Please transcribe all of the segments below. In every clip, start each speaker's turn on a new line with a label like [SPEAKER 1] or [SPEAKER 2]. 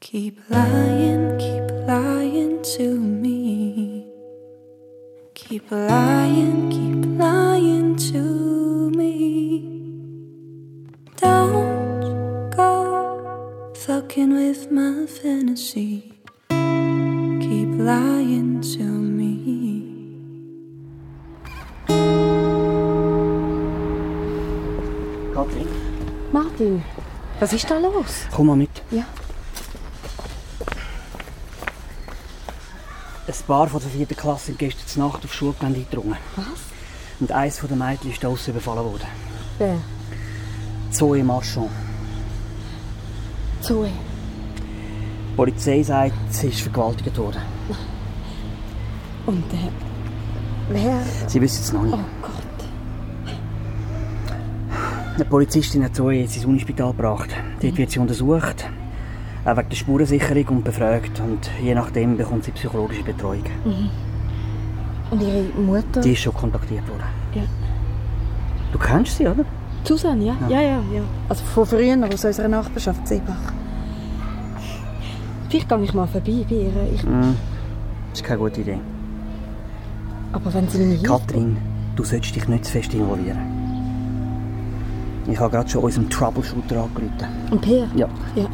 [SPEAKER 1] Keep lying, keep lying to me. Keep lying, keep lying to me. Don't go fucking with my fantasy. Keep lying to me.
[SPEAKER 2] Katrin,
[SPEAKER 3] Martin, was ist da los?
[SPEAKER 2] komm mal mit.
[SPEAKER 3] Ja.
[SPEAKER 2] Ein paar von der vierten Klasse sind gestern Nacht auf Schulgelände eingedrungen.
[SPEAKER 3] Was?
[SPEAKER 2] Und eins von den Mädchen ist draussen überfallen worden.
[SPEAKER 3] Wer?
[SPEAKER 2] Zoe Marchand.
[SPEAKER 3] Zoe.
[SPEAKER 2] Die Polizei sagt, sie ist vergewaltigt worden.
[SPEAKER 3] Und der. Wer?
[SPEAKER 2] Sie wissen es noch nicht.
[SPEAKER 3] Oh Gott.
[SPEAKER 2] Eine Polizistin hat Zoe jetzt ins Unispital gebracht. Dort wird sie untersucht, auch wegen der Spurensicherung und befragt. Und je nachdem bekommt sie psychologische Betreuung.
[SPEAKER 3] Mhm. Und ihre Mutter?
[SPEAKER 2] Die ist schon kontaktiert worden.
[SPEAKER 3] Ja.
[SPEAKER 2] Du kennst sie, oder?
[SPEAKER 3] Susanne, ja? ja? Ja, ja, Also von früher, aus unserer Nachbarschaft, Seebach. Vielleicht gehe ich mal vorbei bei ihr. Ich,
[SPEAKER 2] Hm. Das ist keine gute Idee.
[SPEAKER 3] aber wenn sie meine Hilfe...
[SPEAKER 2] Katrin, du solltest dich nicht zu fest involvieren. Ich habe gerade schon unserem Troubleshooter angerufen.
[SPEAKER 3] Und Peer?
[SPEAKER 2] Ja.
[SPEAKER 3] Ja.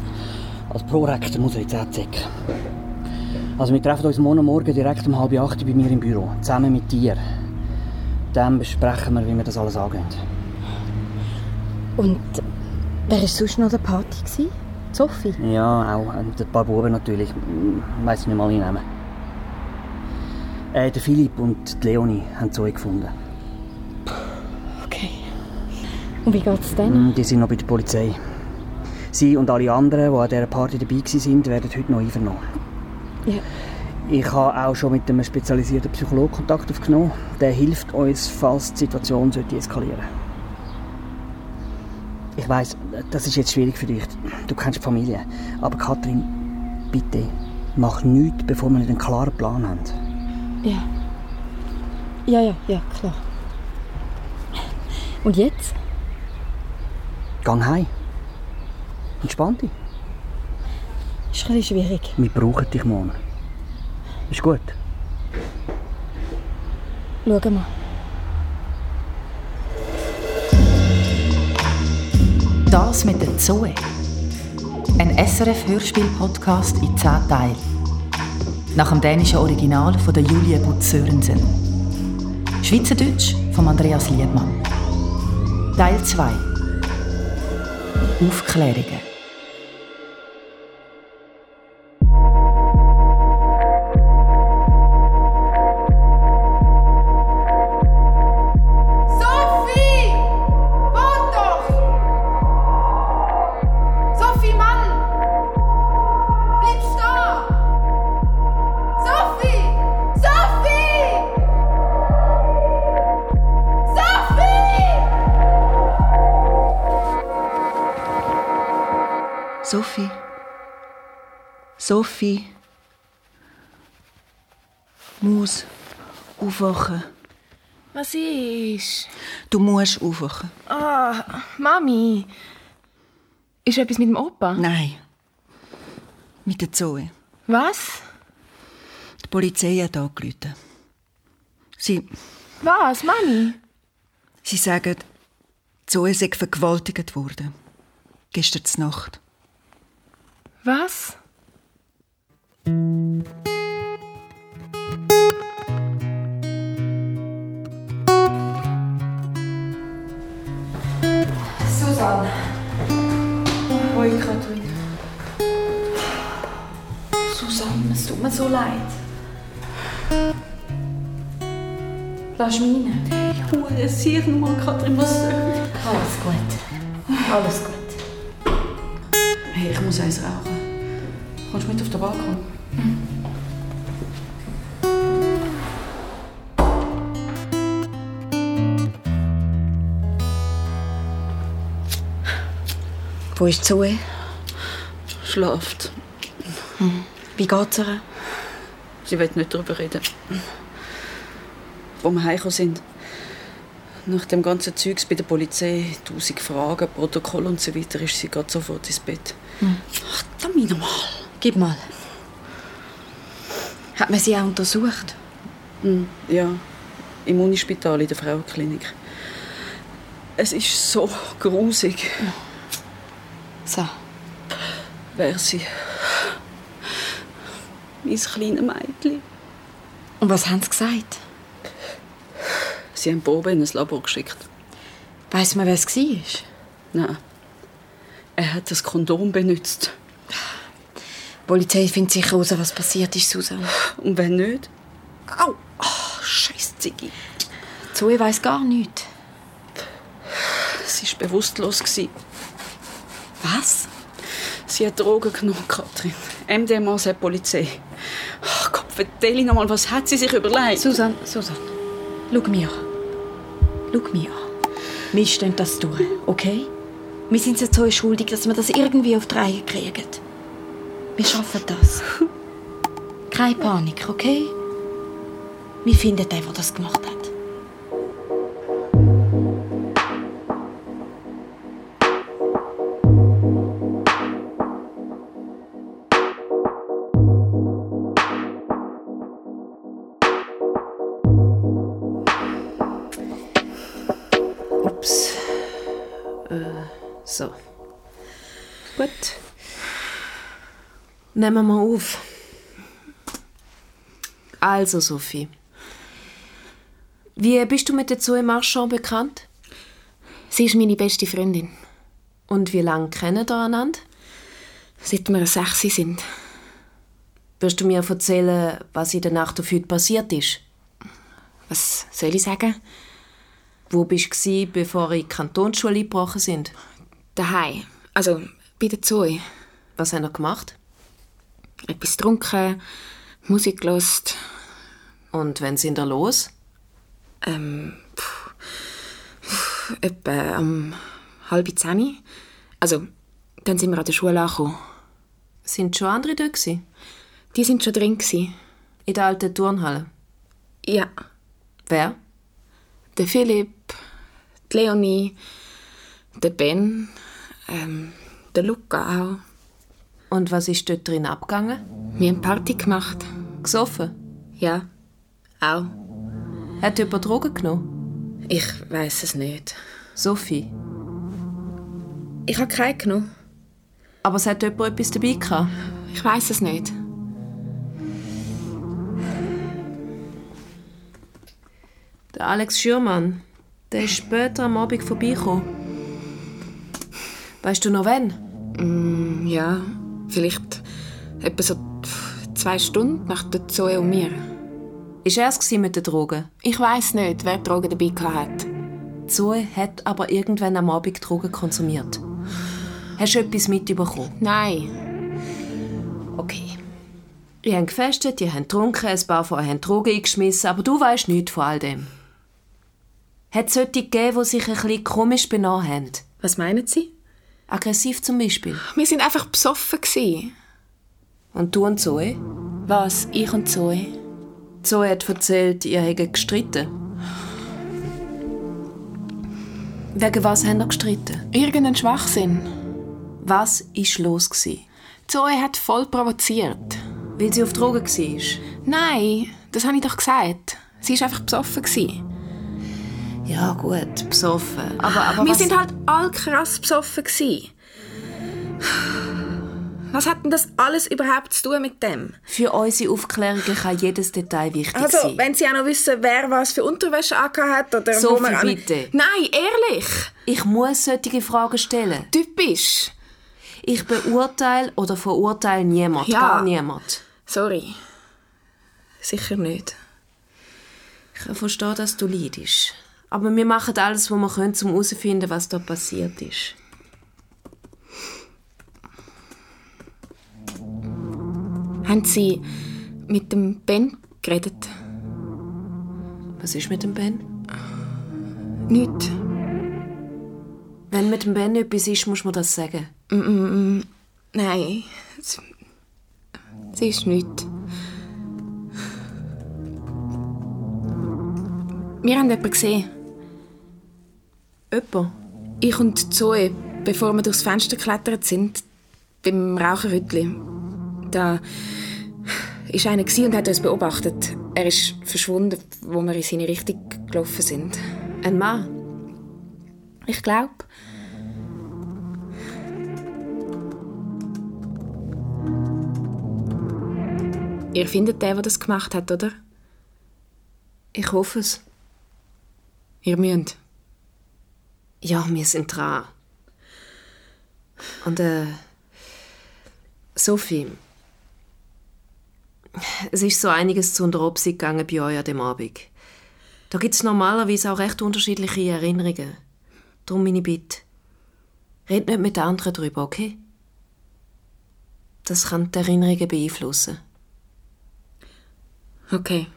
[SPEAKER 2] Als Prorektor muss er jetzt auch zurück. Also wir treffen uns morgen Morgen direkt um halb acht bei mir im Büro. Zusammen mit dir. Dann besprechen wir, wie wir das alles angehen.
[SPEAKER 3] Und wer war sonst noch der Party? Gewesen? Sophie?
[SPEAKER 2] Ja, auch. Und ein paar Buben natürlich. Ich weiss nicht mal die Namen. Äh, der Philipp und die Leonie haben Zeug gefunden.
[SPEAKER 3] Okay. Und wie geht's denn?
[SPEAKER 2] Mm, Die sind noch bei der Polizei. Sie und alle anderen, die an dieser Party dabei waren, werden heute noch einvernommen.
[SPEAKER 3] Ja.
[SPEAKER 2] Ich habe auch schon mit einem spezialisierten Psychologen Kontakt aufgenommen. Der hilft uns, falls die Situation sollte eskalieren Ich weiß, das ist jetzt schwierig für dich. Du kennst die Familie. Aber Katrin, bitte, mach nichts, bevor wir nicht einen klaren Plan haben.
[SPEAKER 3] Ja. Ja, ja, ja, klar. Und jetzt?
[SPEAKER 2] Gang heim. Entspann dich.
[SPEAKER 3] Ist ein bisschen schwierig.
[SPEAKER 2] Wir brauchen dich morgen. Ist gut.
[SPEAKER 3] Schauen wir.
[SPEAKER 4] Das mit der Zoe. Ein SRF-Hörspiel-Podcast in 10 Teilen. Nach dem dänischen Original von der Julie Butz Sörensen. Schweizerdeutsch von Andreas Liedmann. Teil 2. Aufklärungen.
[SPEAKER 5] Sophie! Wart doch! Sophie, Mann! Bleib starr! Sophie! Sophie! Sophie!
[SPEAKER 6] Sophie. Sophie. Muss aufwachen.
[SPEAKER 7] Was ist?
[SPEAKER 6] Du musst aufwachen.
[SPEAKER 7] Ah, Mami. Ist etwas mit dem Opa?
[SPEAKER 6] Nein. Mit der Zoe.
[SPEAKER 7] Was?
[SPEAKER 6] Die Polizei hat angerufen. Sie,
[SPEAKER 7] Was, Mami?
[SPEAKER 6] sie sagen, Zoe sei vergewaltigt worden. Gestern Nacht.
[SPEAKER 7] Was?
[SPEAKER 5] Susanne. Hoi Katrin. Susanne, es tut mir so leid. Lass mich rein.
[SPEAKER 8] Hey, ich muss eins rauchen. Kommst du mit auf den Balkon?
[SPEAKER 3] Wo ist Zoe?
[SPEAKER 8] Schlaft.
[SPEAKER 3] Hm. Wie geht's ihr?
[SPEAKER 8] Sie will nicht darüber reden. Wo wir heimgekommen sind. Nach dem ganzen Zeugs bei der Polizei, tausend Fragen, Protokoll und so weiter, ist sie gerade sofort ins Bett. Ach, Tamina mal.
[SPEAKER 3] Hm. Gib mal. Hat man sie auch untersucht?
[SPEAKER 8] Hm, Ja, im Unispital, in der Frauenklinik. Es ist so grusig.
[SPEAKER 3] So.
[SPEAKER 8] Wer sie? Mein kleines Mädchen.
[SPEAKER 3] Und was haben sie gesagt?
[SPEAKER 8] Sie haben Probe in ein Labor geschickt.
[SPEAKER 3] Weiß man, wer es war?
[SPEAKER 8] Nein. Er hat das Kondom benutzt.
[SPEAKER 3] Die Polizei findet sicher raus, was passiert ist, Susanne.
[SPEAKER 8] Und wenn nicht?
[SPEAKER 3] Au! Oh, Scheiße, Ziggy. Zoe weiß gar nichts.
[SPEAKER 8] Sie war bewusstlos. gewesen.
[SPEAKER 3] Was?
[SPEAKER 8] Sie hat Drogen genommen, Katrin. MDMA sagt die Polizei. Oh Gott, erzähl noch mal, was hat sie sich überlegt?
[SPEAKER 3] Susanne, Susanne, schau mich an. Schau mich an. Wir stehen das durch, okay? Wir sind jetzt so schuldig, dass wir das irgendwie auf die Reihe kriegen. Wir schaffen das. Keine Panik, okay? Wir finden den, der das gemacht hat.
[SPEAKER 8] Ups.
[SPEAKER 9] So. Gut. Nehmen wir auf. Also, Sophie. Wie bist du mit der Zoe Marchand bekannt?
[SPEAKER 10] Sie ist meine beste Freundin.
[SPEAKER 9] Und wie lange kennen ihr einander?
[SPEAKER 10] Seit wir sechs sind.
[SPEAKER 9] Wirst du mir erzählen, was in der Nacht auf heute passiert ist?
[SPEAKER 10] Was soll ich sagen?
[SPEAKER 9] Wo bist du, gewesen, bevor in die Kantonsschule eingebrochen sind?
[SPEAKER 10] Daheim. Also bei der Zoe.
[SPEAKER 9] Was haben ihr gemacht?
[SPEAKER 10] Etwas getrunken, Musik gelost.
[SPEAKER 9] Und wenn sind ihr los?
[SPEAKER 10] Ähm, pff, pff, etwa um halb zehn. Also, dann sind wir an der Schule angekommen.
[SPEAKER 9] Sind schon andere da gewesen?
[SPEAKER 10] Die sind schon drin. Gewesen.
[SPEAKER 9] In der alten Turnhalle?
[SPEAKER 10] Ja,
[SPEAKER 9] Wer?
[SPEAKER 10] der Philipp, die Leonie, der Ben, ähm, der Luca auch.
[SPEAKER 9] Und was ist dort drin abgegangen?
[SPEAKER 10] Wir haben Party gemacht.
[SPEAKER 9] Gesoffen?
[SPEAKER 10] Ja, auch.
[SPEAKER 9] Hat jemand Drogen genommen?
[SPEAKER 10] Ich weiß es nicht.
[SPEAKER 9] Sophie.
[SPEAKER 10] Ich habe keine genommen.
[SPEAKER 9] Aber es hat jemand etwas dabei gehabt?
[SPEAKER 10] Ich weiß es nicht.
[SPEAKER 9] Der Alex Schürmann. Der ist später am Abend vorbeigekommen. Weißt du noch wann?
[SPEAKER 10] Mm, Ja, vielleicht etwa so pff, zwei Stunden nach der Zoe und mir.
[SPEAKER 9] Ist er es gewesen mit den Drogen?
[SPEAKER 10] Ich weiß nicht, wer die Drogen dabei gehabt hat.
[SPEAKER 9] Zoe hat aber irgendwann am Abend Drogen konsumiert. Hast du etwas mitbekommen?
[SPEAKER 10] Nein,
[SPEAKER 9] Okay. Ihr habt gefestet, ihr habt getrunken, ein paar von euch haben Drogen eingeschmissen, aber du weißt nichts von all dem. Hat es solche gegeben, die sich ein bisschen komisch benommen haben?
[SPEAKER 10] was meinen Sie?
[SPEAKER 9] Aggressiv zum Beispiel.
[SPEAKER 10] Wir sind einfach besoffen gewesen.
[SPEAKER 9] Und du und Zoe?
[SPEAKER 10] Was? Ich und Zoe?
[SPEAKER 9] Zoe hat erzählt, ihr hättet gestritten. Wegen was habt ihr gestritten?
[SPEAKER 10] Irgendein Schwachsinn.
[SPEAKER 9] Was war los? Gewesen?
[SPEAKER 10] Zoe hat voll provoziert.
[SPEAKER 9] Weil sie auf Drogen war?
[SPEAKER 10] Nein, das habe ich doch gesagt. Sie war einfach besoffen gewesen.
[SPEAKER 9] Ja gut, besoffen. Aber, aber
[SPEAKER 10] Wir
[SPEAKER 9] was...
[SPEAKER 10] sind halt all krass besoffen gewesen. Was hat denn das alles überhaupt zu tun mit dem?
[SPEAKER 9] Für unsere Aufklärung kann jedes Detail wichtig
[SPEAKER 10] Also,
[SPEAKER 9] sein.
[SPEAKER 10] wenn Sie auch noch wissen, wer was für Unterwäsche angehört hat oder
[SPEAKER 9] Sophie,
[SPEAKER 10] man an-
[SPEAKER 9] bitte.
[SPEAKER 10] Nein, ehrlich.
[SPEAKER 9] Ich muss solche Fragen stellen.
[SPEAKER 10] Typisch.
[SPEAKER 9] Ich beurteile oder verurteile niemand,
[SPEAKER 10] Ja.
[SPEAKER 9] gar niemand.
[SPEAKER 10] Sorry. Sicher nicht.
[SPEAKER 9] Ich verstehe, dass du leidest. Aber wir machen alles, was wir können, um herauszufinden, was da passiert ist.
[SPEAKER 10] Haben Sie mit dem Ben geredet?
[SPEAKER 9] Was ist mit dem Ben?
[SPEAKER 10] Nicht.
[SPEAKER 9] Wenn mit dem Ben etwas ist, muss man das sagen.
[SPEAKER 10] Nein. Es, es ist nichts. Wir haben jemanden gesehen.
[SPEAKER 9] Jemand?
[SPEAKER 10] Ich und Zoe, bevor wir durchs Fenster geklettert sind, beim Raucherhütli. Da ist einer gewesen und hat uns beobachtet. Er ist verschwunden, wo wir in seine Richtung gelaufen sind.
[SPEAKER 9] Ein Mann?
[SPEAKER 10] Ich glaube. Ihr findet den, der das gemacht hat, oder?
[SPEAKER 9] Ich hoffe es.
[SPEAKER 10] Ihr müsst.
[SPEAKER 9] Ja, wir sind dran. Und äh, Sophie, es ist so einiges zu unter Obsi gegangen bei euch an dem Abend. Da gibt es normalerweise auch recht unterschiedliche Erinnerungen. Darum meine Bitte. Red nicht mit den anderen drüber, okay? Das kann die Erinnerungen beeinflussen.
[SPEAKER 10] Okay.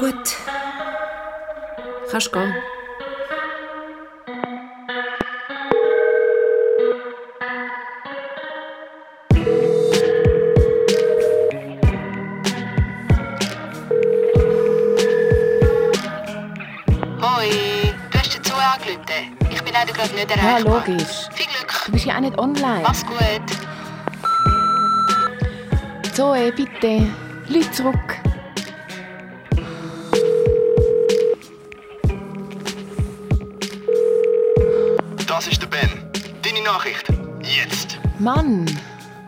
[SPEAKER 9] Gut. Kannst gehen.
[SPEAKER 5] Hoi, du hast dazu angerufen. Ich bin leider gerade nicht erreichbar.
[SPEAKER 6] Ja, logisch.
[SPEAKER 5] Viel Glück.
[SPEAKER 6] Du bist ja auch nicht online.
[SPEAKER 5] Mach's gut.
[SPEAKER 6] Zoe, bitte. Leute zurück.
[SPEAKER 11] Das ist der Ben. Deine Nachricht. Jetzt.
[SPEAKER 6] Mann,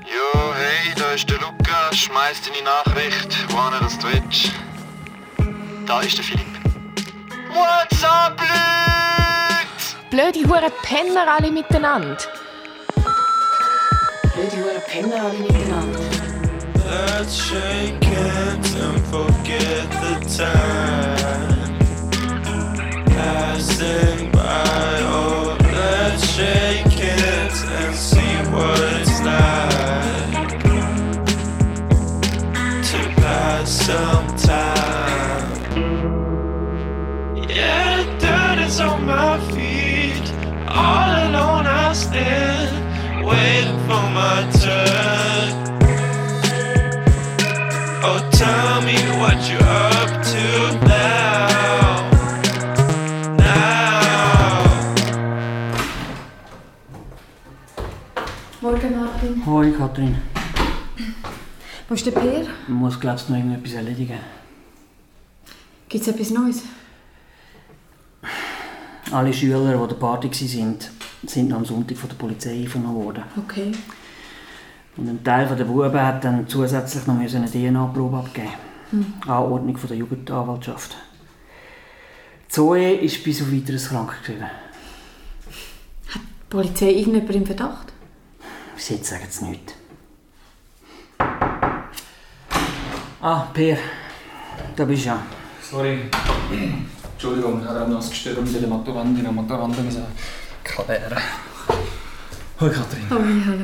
[SPEAKER 11] Jo, hey, da ist der Luca. Schmeiß deine Nachricht, wohin das du willst. Da ist der Philipp. What's up, Leute?
[SPEAKER 6] blöde Huren Penner alle miteinander.
[SPEAKER 5] Blöde Huren Penner alle miteinander.
[SPEAKER 12] Let's shake hands and forget the time passing by. Oh, let's shake hands and see what it's like to pass some time. Yeah, the dirt is on my feet. All alone I stand, waiting for my turn. Oh, tell me what you're up to now. Now.
[SPEAKER 3] Morgen, Martin.
[SPEAKER 2] Hoi, Katrin.
[SPEAKER 3] Wo ist der Peer?
[SPEAKER 2] Ich muss, glaubst du, noch irgendetwas erledigen?
[SPEAKER 3] Gibt's etwas Neues?
[SPEAKER 2] Alle Schüler, die an der Party waren, sind noch am Sonntag von der Polizei eingefangen worden.
[SPEAKER 3] Okay.
[SPEAKER 2] Und ein Teil der Buben hat dann zusätzlich noch eine DNA-Probe abgeben
[SPEAKER 3] Hm.
[SPEAKER 2] Anordnung von der Jugendanwaltschaft. Zoe ist bis auf weiteres krank geschrieben.
[SPEAKER 3] Die Polizei irgendjemand im Verdacht?
[SPEAKER 2] Bis jetzt sagen sie nichts. Ah, Peer, da bist du ja.
[SPEAKER 13] Sorry. Entschuldigung, hat er noch das
[SPEAKER 2] um
[SPEAKER 13] Gestörung der Maturandin und Maturanden gesagt. Kavere. Hoi Katrin.
[SPEAKER 3] Oh, hallo.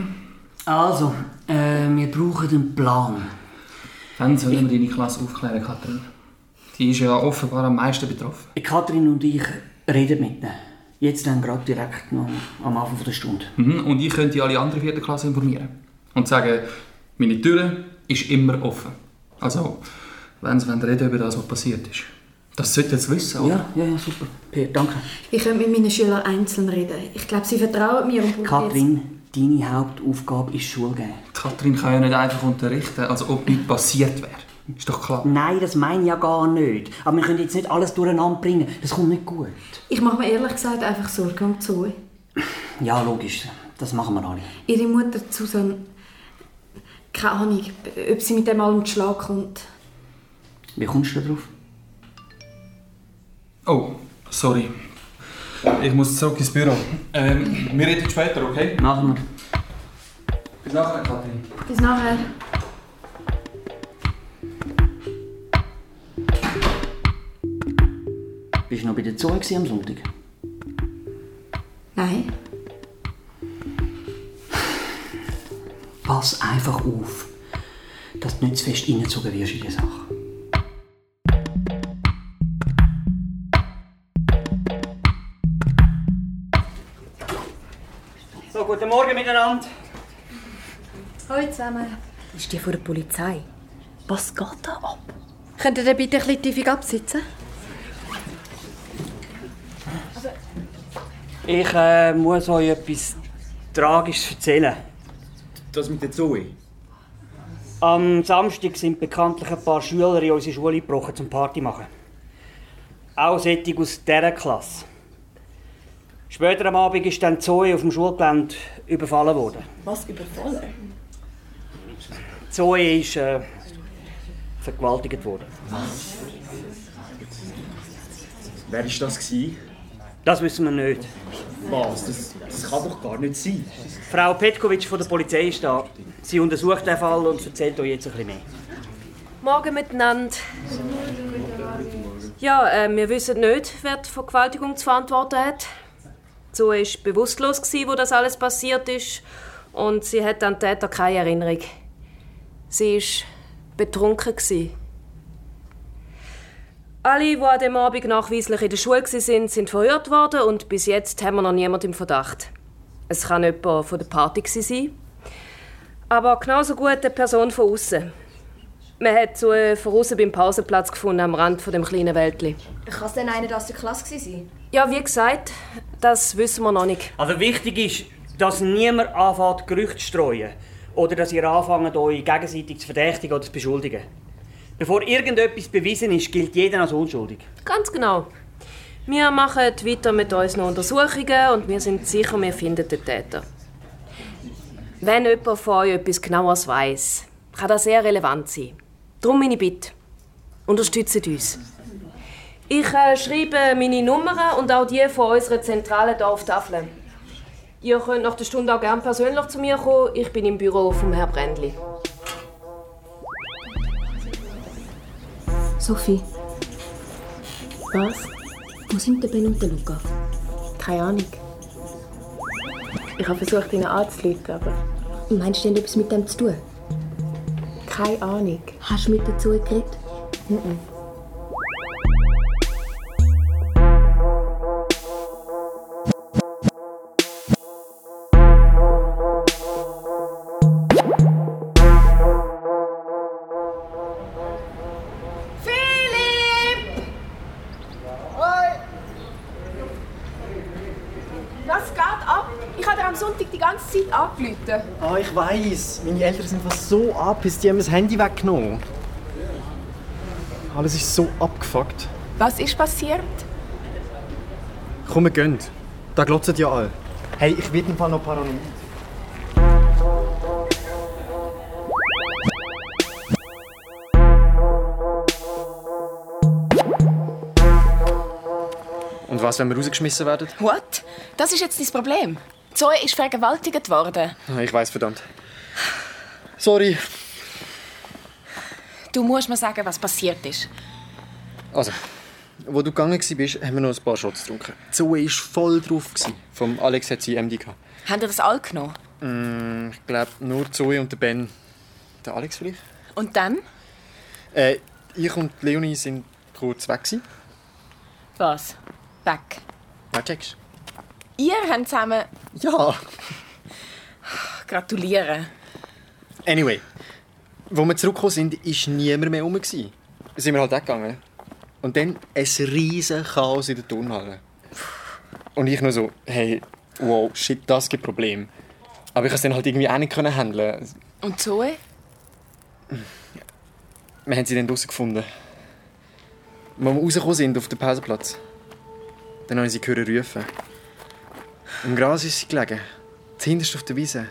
[SPEAKER 2] Also, äh, wir brauchen einen Plan.
[SPEAKER 13] Wann sollen wir deine Klasse aufklären, Katrin? Die ist ja offenbar am meisten betroffen.
[SPEAKER 2] Äh, Katrin und ich reden mit ihnen. Jetzt dann gerade direkt noch am Anfang der Stunde.
[SPEAKER 13] Mhm, Und ich könnte alle anderen vierten Klasse informieren. Und sagen, meine Tür ist immer offen. Also, wenn sie wollen reden über das, was passiert ist. Das sollte jetzt wissen, oder?
[SPEAKER 2] Ja, ja, super. Peer, danke.
[SPEAKER 3] Ich könnte mit meinen Schülern einzeln reden. Ich glaube, sie vertrauen mir und brauchen
[SPEAKER 2] Katrin, deine Hauptaufgabe ist Schule geben.
[SPEAKER 13] Katrin kann ja nicht einfach unterrichten, als ob nichts passiert wäre. Ist doch klar.
[SPEAKER 2] Nein, das meine ich ja gar nicht. Aber wir können jetzt nicht alles durcheinander bringen. Das kommt nicht gut.
[SPEAKER 3] Jetzt, ich mache mir ehrlich gesagt einfach Sorgen um Zoe.
[SPEAKER 2] Ja, logisch. Das machen wir alle.
[SPEAKER 3] Ihre Mutter Susan. Keine Ahnung, ob sie mit dem allem zu Schlag kommt.
[SPEAKER 2] Wie kommst du darauf?
[SPEAKER 13] Oh, sorry. Ich muss zurück ins Büro. Ähm, wir reden später, okay?
[SPEAKER 2] Machen wir.
[SPEAKER 13] Bis nachher, Katrin.
[SPEAKER 3] Bis nachher.
[SPEAKER 2] Bist du noch bei der Zoe gewesen am Sonntag?
[SPEAKER 3] Nein.
[SPEAKER 2] Pass einfach auf, dass du nicht zu fest reingezogen wirst in die Sache. So, guten Morgen miteinander.
[SPEAKER 14] Hallo zusammen.
[SPEAKER 15] Ist die von der Polizei? Was geht da ab?
[SPEAKER 14] Könnt ihr den bitte ein bisschen tiefig absitzen?
[SPEAKER 2] Ich äh, muss euch etwas Tragisches erzählen.
[SPEAKER 16] das mit der Zoe?
[SPEAKER 2] Am Samstag sind bekanntlich ein paar Schüler in unsere Schule gebrochen zum Party machen. Auch solche aus dieser Klasse. Später am Abend ist dann Zoe auf dem Schulgelände überfallen worden.
[SPEAKER 17] Was überfallen?
[SPEAKER 2] Zoe ist äh, vergewaltigt worden.
[SPEAKER 16] Wer war das? Gewesen?
[SPEAKER 2] Das wissen wir nicht.
[SPEAKER 16] Was? Das, das kann doch gar nicht sein.
[SPEAKER 2] Frau Petkovic von der Polizei ist da. Sie untersucht den Fall und erzählt euch jetzt ein bisschen mehr.
[SPEAKER 18] Morgen miteinander. Ja, äh, wir wissen nicht, wer die Vergewaltigung zu verantworten hat. Zoe war bewusstlos, gewesen, wo das alles passiert ist. Und sie hat an den Täter keine Erinnerung. Sie war betrunken. Gewesen. Alle, die an dem Abend nachweislich in der Schule waren, sind verhört worden und bis jetzt haben wir noch niemanden im Verdacht. Es kann jemand von der Party gewesen sein, aber genauso gut eine Person von außen. Man hat so äh, von außen beim Pausenplatz gefunden am Rand von dem kleinen Wäldli.
[SPEAKER 17] Kann es denn einer aus der Klasse gewesen sein?
[SPEAKER 18] Ja, wie gesagt, das wissen wir noch nicht.
[SPEAKER 2] Also wichtig ist, dass niemand anfängt, Gerüchte zu streuen. Oder dass ihr anfangt, euch gegenseitig zu verdächtigen oder zu beschuldigen. Bevor irgendetwas bewiesen ist, gilt jeder als unschuldig.
[SPEAKER 18] Ganz genau. Wir machen weiter mit unseren Untersuchungen und wir sind sicher, wir finden den Täter. Wenn jemand von euch etwas Genaueres weiß, kann das sehr relevant sein. Darum meine Bitte, unterstützt uns. Ich äh, schreibe meine Nummern und auch die von unserer Zentrale hier auf die Tafel. Ihr könnt nach der Stunde auch gerne persönlich zu mir kommen. Ich bin im Büro vom Herrn Brändli.
[SPEAKER 8] Sophie. Was? Wo sind der Ben und der Luca?
[SPEAKER 17] Keine Ahnung. Ich habe versucht, ihn anzuleiten, aber
[SPEAKER 8] Meinst du, die haben etwas mit dem zu tun?
[SPEAKER 17] keine Ahnung.
[SPEAKER 8] Hast du mit dazu geredet?
[SPEAKER 17] Nein.
[SPEAKER 19] Philipp! Hoi! Was geht ab? Ich habe dir am Sonntag die ganze Zeit angerufen.
[SPEAKER 11] Ah, ich weiß. Meine Eltern sind fast so angepisst, die haben mir das Handy weggenommen. Alles ist so abgefuckt.
[SPEAKER 19] Was ist passiert?
[SPEAKER 11] Komm, wir gehen. Da glotzen ja alle. Hey, ich werde im Fall noch paranoid. Und was, wenn wir rausgeschmissen werden?
[SPEAKER 10] What? Das ist jetzt dein Problem. Zoe ist vergewaltigt worden.
[SPEAKER 11] Ah, Ich weiß verdammt. Sorry.
[SPEAKER 10] Du musst mir sagen, was passiert ist.
[SPEAKER 11] Also, wo du gegangen bist, haben wir noch ein paar Shots getrunken. Zoe war voll drauf. Gewesen. Vom Alex hat sie MD gehabt.
[SPEAKER 10] Haben ihr das alle genommen?
[SPEAKER 11] Mm, ich glaube, nur Zoe und der Ben. Der Alex vielleicht?
[SPEAKER 10] Und dann?
[SPEAKER 11] Äh, ich und Leonie sind kurz weg. Gewesen.
[SPEAKER 10] Was? Weg.
[SPEAKER 11] Ja, checkst
[SPEAKER 10] Ihr habt zusammen...
[SPEAKER 11] Ja.
[SPEAKER 10] Gratuliere.
[SPEAKER 11] Anyway, wo wir zurückgekommen sind, war niemand mehr rum. gewesen. Dann sind wir halt weggegangen. Und dann ein riesen Chaos in der Turnhalle. Und ich nur so, hey, wow, shit, das gibt Problem. Aber ich konnte es dann halt irgendwie auch nicht können handeln.
[SPEAKER 10] Und Zoe?
[SPEAKER 11] Wir haben sie dann draussen gefunden. Und Als wir rausgekommen sind auf den Pausenplatz, dann habe ich sie gehört rufen. Im Gras ist sie gelegen, zuhinterst auf der Wiese.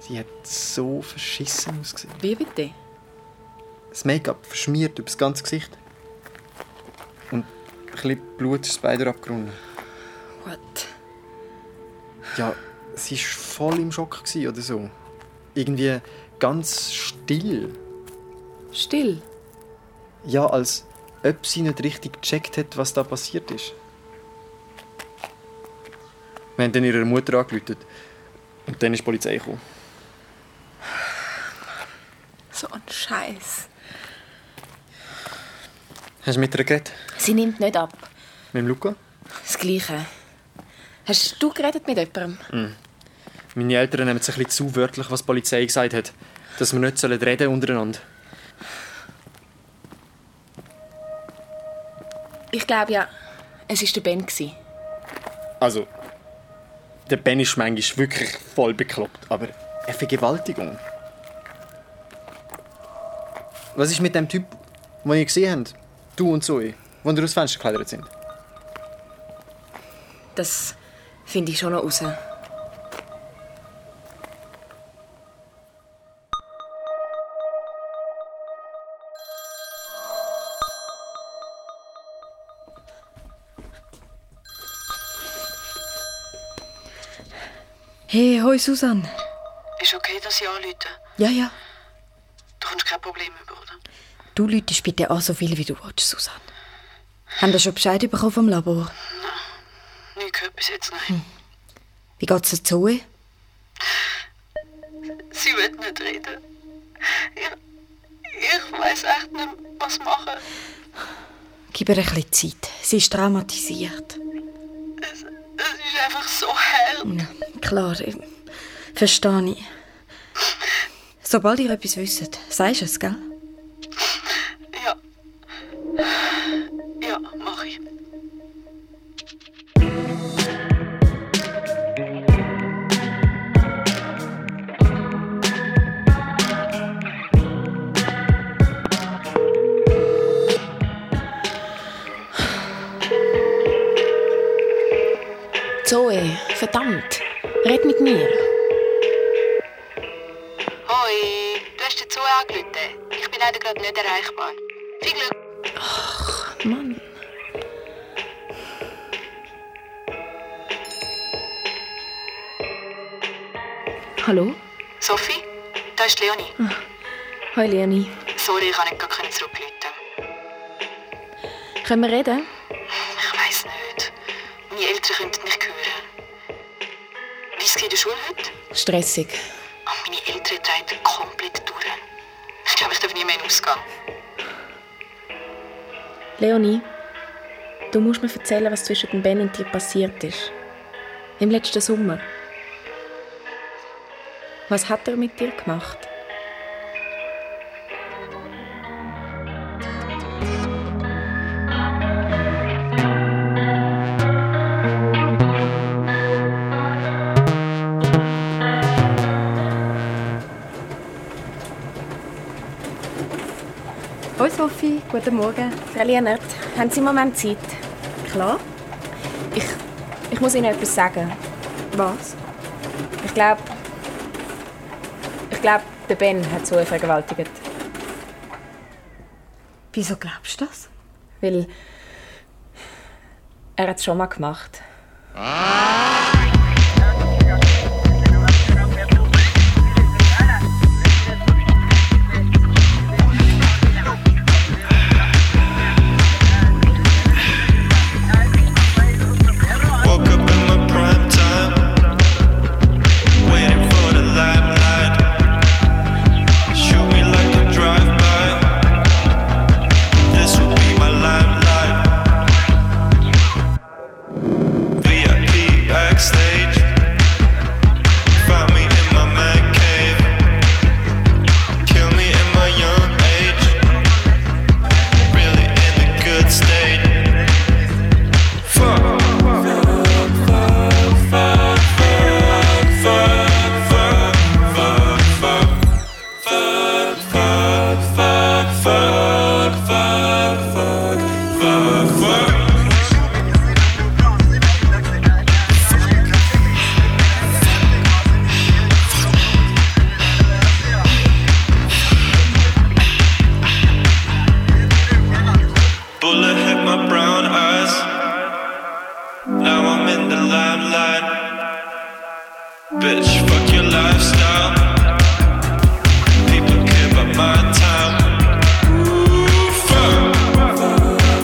[SPEAKER 11] Sie hat so verschissen ausgesehen.
[SPEAKER 10] Wie bitte?
[SPEAKER 11] Das Make-up verschmiert über das ganze Gesicht. Und ein bisschen Blut ist bei ihr abgerunnen.
[SPEAKER 10] What?
[SPEAKER 11] Ja, sie war voll im Schock gewesen oder so. Irgendwie ganz still.
[SPEAKER 10] Still?
[SPEAKER 11] Ja, als ob sie nicht richtig gecheckt hat, was da passiert ist. Wir haben dann ihrer Mutter angerufen. Und dann ist die Polizei gekommen.
[SPEAKER 10] So ein Scheiß.
[SPEAKER 11] Hast du mit ihr geredet?
[SPEAKER 10] Sie nimmt nicht ab.
[SPEAKER 11] Mit dem Luca?
[SPEAKER 10] Das Gleiche. Hast du geredet mit jemandem?
[SPEAKER 11] Mhm. Meine Eltern nehmen es ein bisschen zu wörtlich, was die Polizei gesagt hat. Dass wir nicht sollen reden untereinander.
[SPEAKER 10] Ich glaube ja, es war der Ben. Gewesen.
[SPEAKER 11] Also, der Ben ist manchmal wirklich voll bekloppt, aber Eine Vergewaltigung. Was ist mit dem Typ, den ihr gesehen habt? Du und Zoe, wo ihr aus Fenster geklettert sind?
[SPEAKER 20] Das finde ich schon noch raus.
[SPEAKER 3] Hey, hoi Susanne.
[SPEAKER 8] Ist okay, dass ich anrufe?
[SPEAKER 3] Ja, ja.
[SPEAKER 8] Du kommst kein Problem über, oder?
[SPEAKER 3] Du läutest bitte auch so viel, wie du willst, Susanne. Haben wir schon Bescheid bekommen vom Labor?
[SPEAKER 8] Nicht gehört bis jetzt, nein.
[SPEAKER 3] Wie geht's der Zoe?
[SPEAKER 8] Sie will nicht reden. Ich, ich weiß echt nicht, was machen.
[SPEAKER 3] Gib ihr ein bisschen Zeit. Sie ist traumatisiert.
[SPEAKER 8] Es, es ist einfach so hart.
[SPEAKER 3] Ja, klar, ich- verstehe ich. Sobald ihr etwas wisst, sagst du es, gell?
[SPEAKER 8] Ja. Ja, mach ich.
[SPEAKER 10] Zoe, verdammt, red mit mir.
[SPEAKER 8] Hoi, du hast dazu angerufen. Ich bin leider gerade nicht erreichbar. Viel Glück.
[SPEAKER 10] Mann. Hallo?
[SPEAKER 8] Sophie, da ist Leonie.
[SPEAKER 3] Ah.
[SPEAKER 10] Hoi Leonie.
[SPEAKER 8] Sorry, ich kann nicht gar zurückrufen.
[SPEAKER 10] Können wir reden?
[SPEAKER 8] Ich weiß nicht. Meine Eltern könnten nicht hören. Wie es in der Schule heute?
[SPEAKER 10] Stressig.
[SPEAKER 3] Ah,
[SPEAKER 8] Und meine Eltern drehen komplett durch. Ich glaube, ich darf nie mehr in den Ausgang.
[SPEAKER 10] Leonie, du musst mir erzählen, was zwischen dem Ben und dir passiert ist. Im letzten Sommer. Was hat er mit dir gemacht?
[SPEAKER 21] Hoi Sophie, guten Morgen.
[SPEAKER 10] Frau Lienert, haben Sie im Moment Zeit? Klar. Ich, ich muss Ihnen etwas sagen. Was? Ich glaube, ich glaube, der Ben hat Zoe vergewaltigt. Wieso glaubst du das? Weil er hat es schon mal gemacht.
[SPEAKER 12] Woke up in my prime time, waiting for the limelight. Shoot me like a drive-by. This will be my limelight. VIP backstage. Find me in my man cave. Kill me in my young age. Really in a good state. Fuck. Bullet hit my brown eyes. Now I'm in the limelight. Bitch, fuck your lifestyle. People care about my time. Ooh, fuck.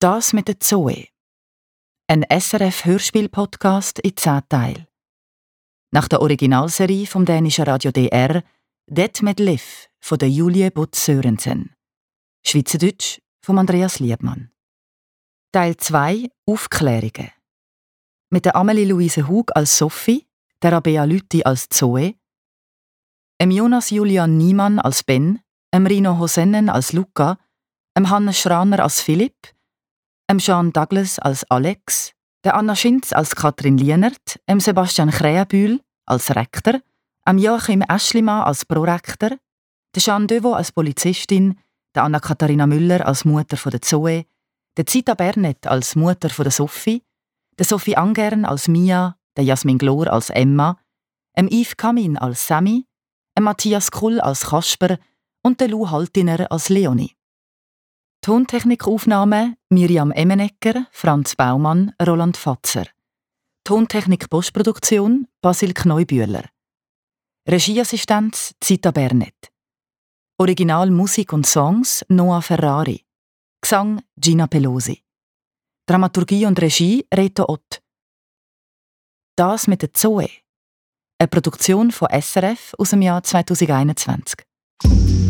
[SPEAKER 4] Das mit der Zoe. Ein SRF-Hörspiel-Podcast in 10 Teilen. Nach der Originalserie vom dänischen Radio DR «Det med Liv» von der Julie Butz Sörensen. Schweizerdeutsch von Andreas Liebmann. Teil 2 Aufklärungen. Mit der Amelie Louise Hug als Sophie, der Rabea Lütti als Zoe, em Jonas Julian Niemann als Ben, em Rino Hosennen als Luca, em Hannes Schraner als Philipp, em Jean Douglas als Alex, der Anna Schinz als Katrin Lienert, em Sebastian Krähenbühl als Rektor, em Joachim Eschlimann als Prorektor, der Jean Devo als Polizistin, der Anna Katharina Müller als Mutter von der Zoe, der Zita Bernet als Mutter von der Sophie, der Sophie Angern als Mia, der Jasmin Glor als Emma, em Yves Kamin als Sammy, em Matthias Kull als Kasper und der Lou Haltiner als Leonie. Tontechnikaufnahmen Miriam Emenecker, Franz Baumann, Roland Fatzer. Tontechnik Postproduktion Basil Kneubühler. Regieassistenz Zita Bernet. Original Musik und Songs Noah Ferrari. Gesang Gina Pelosi. Dramaturgie und Regie Reto Ott. Das mit der Zoe. Eine Produktion von SRF aus dem Jahr 2021.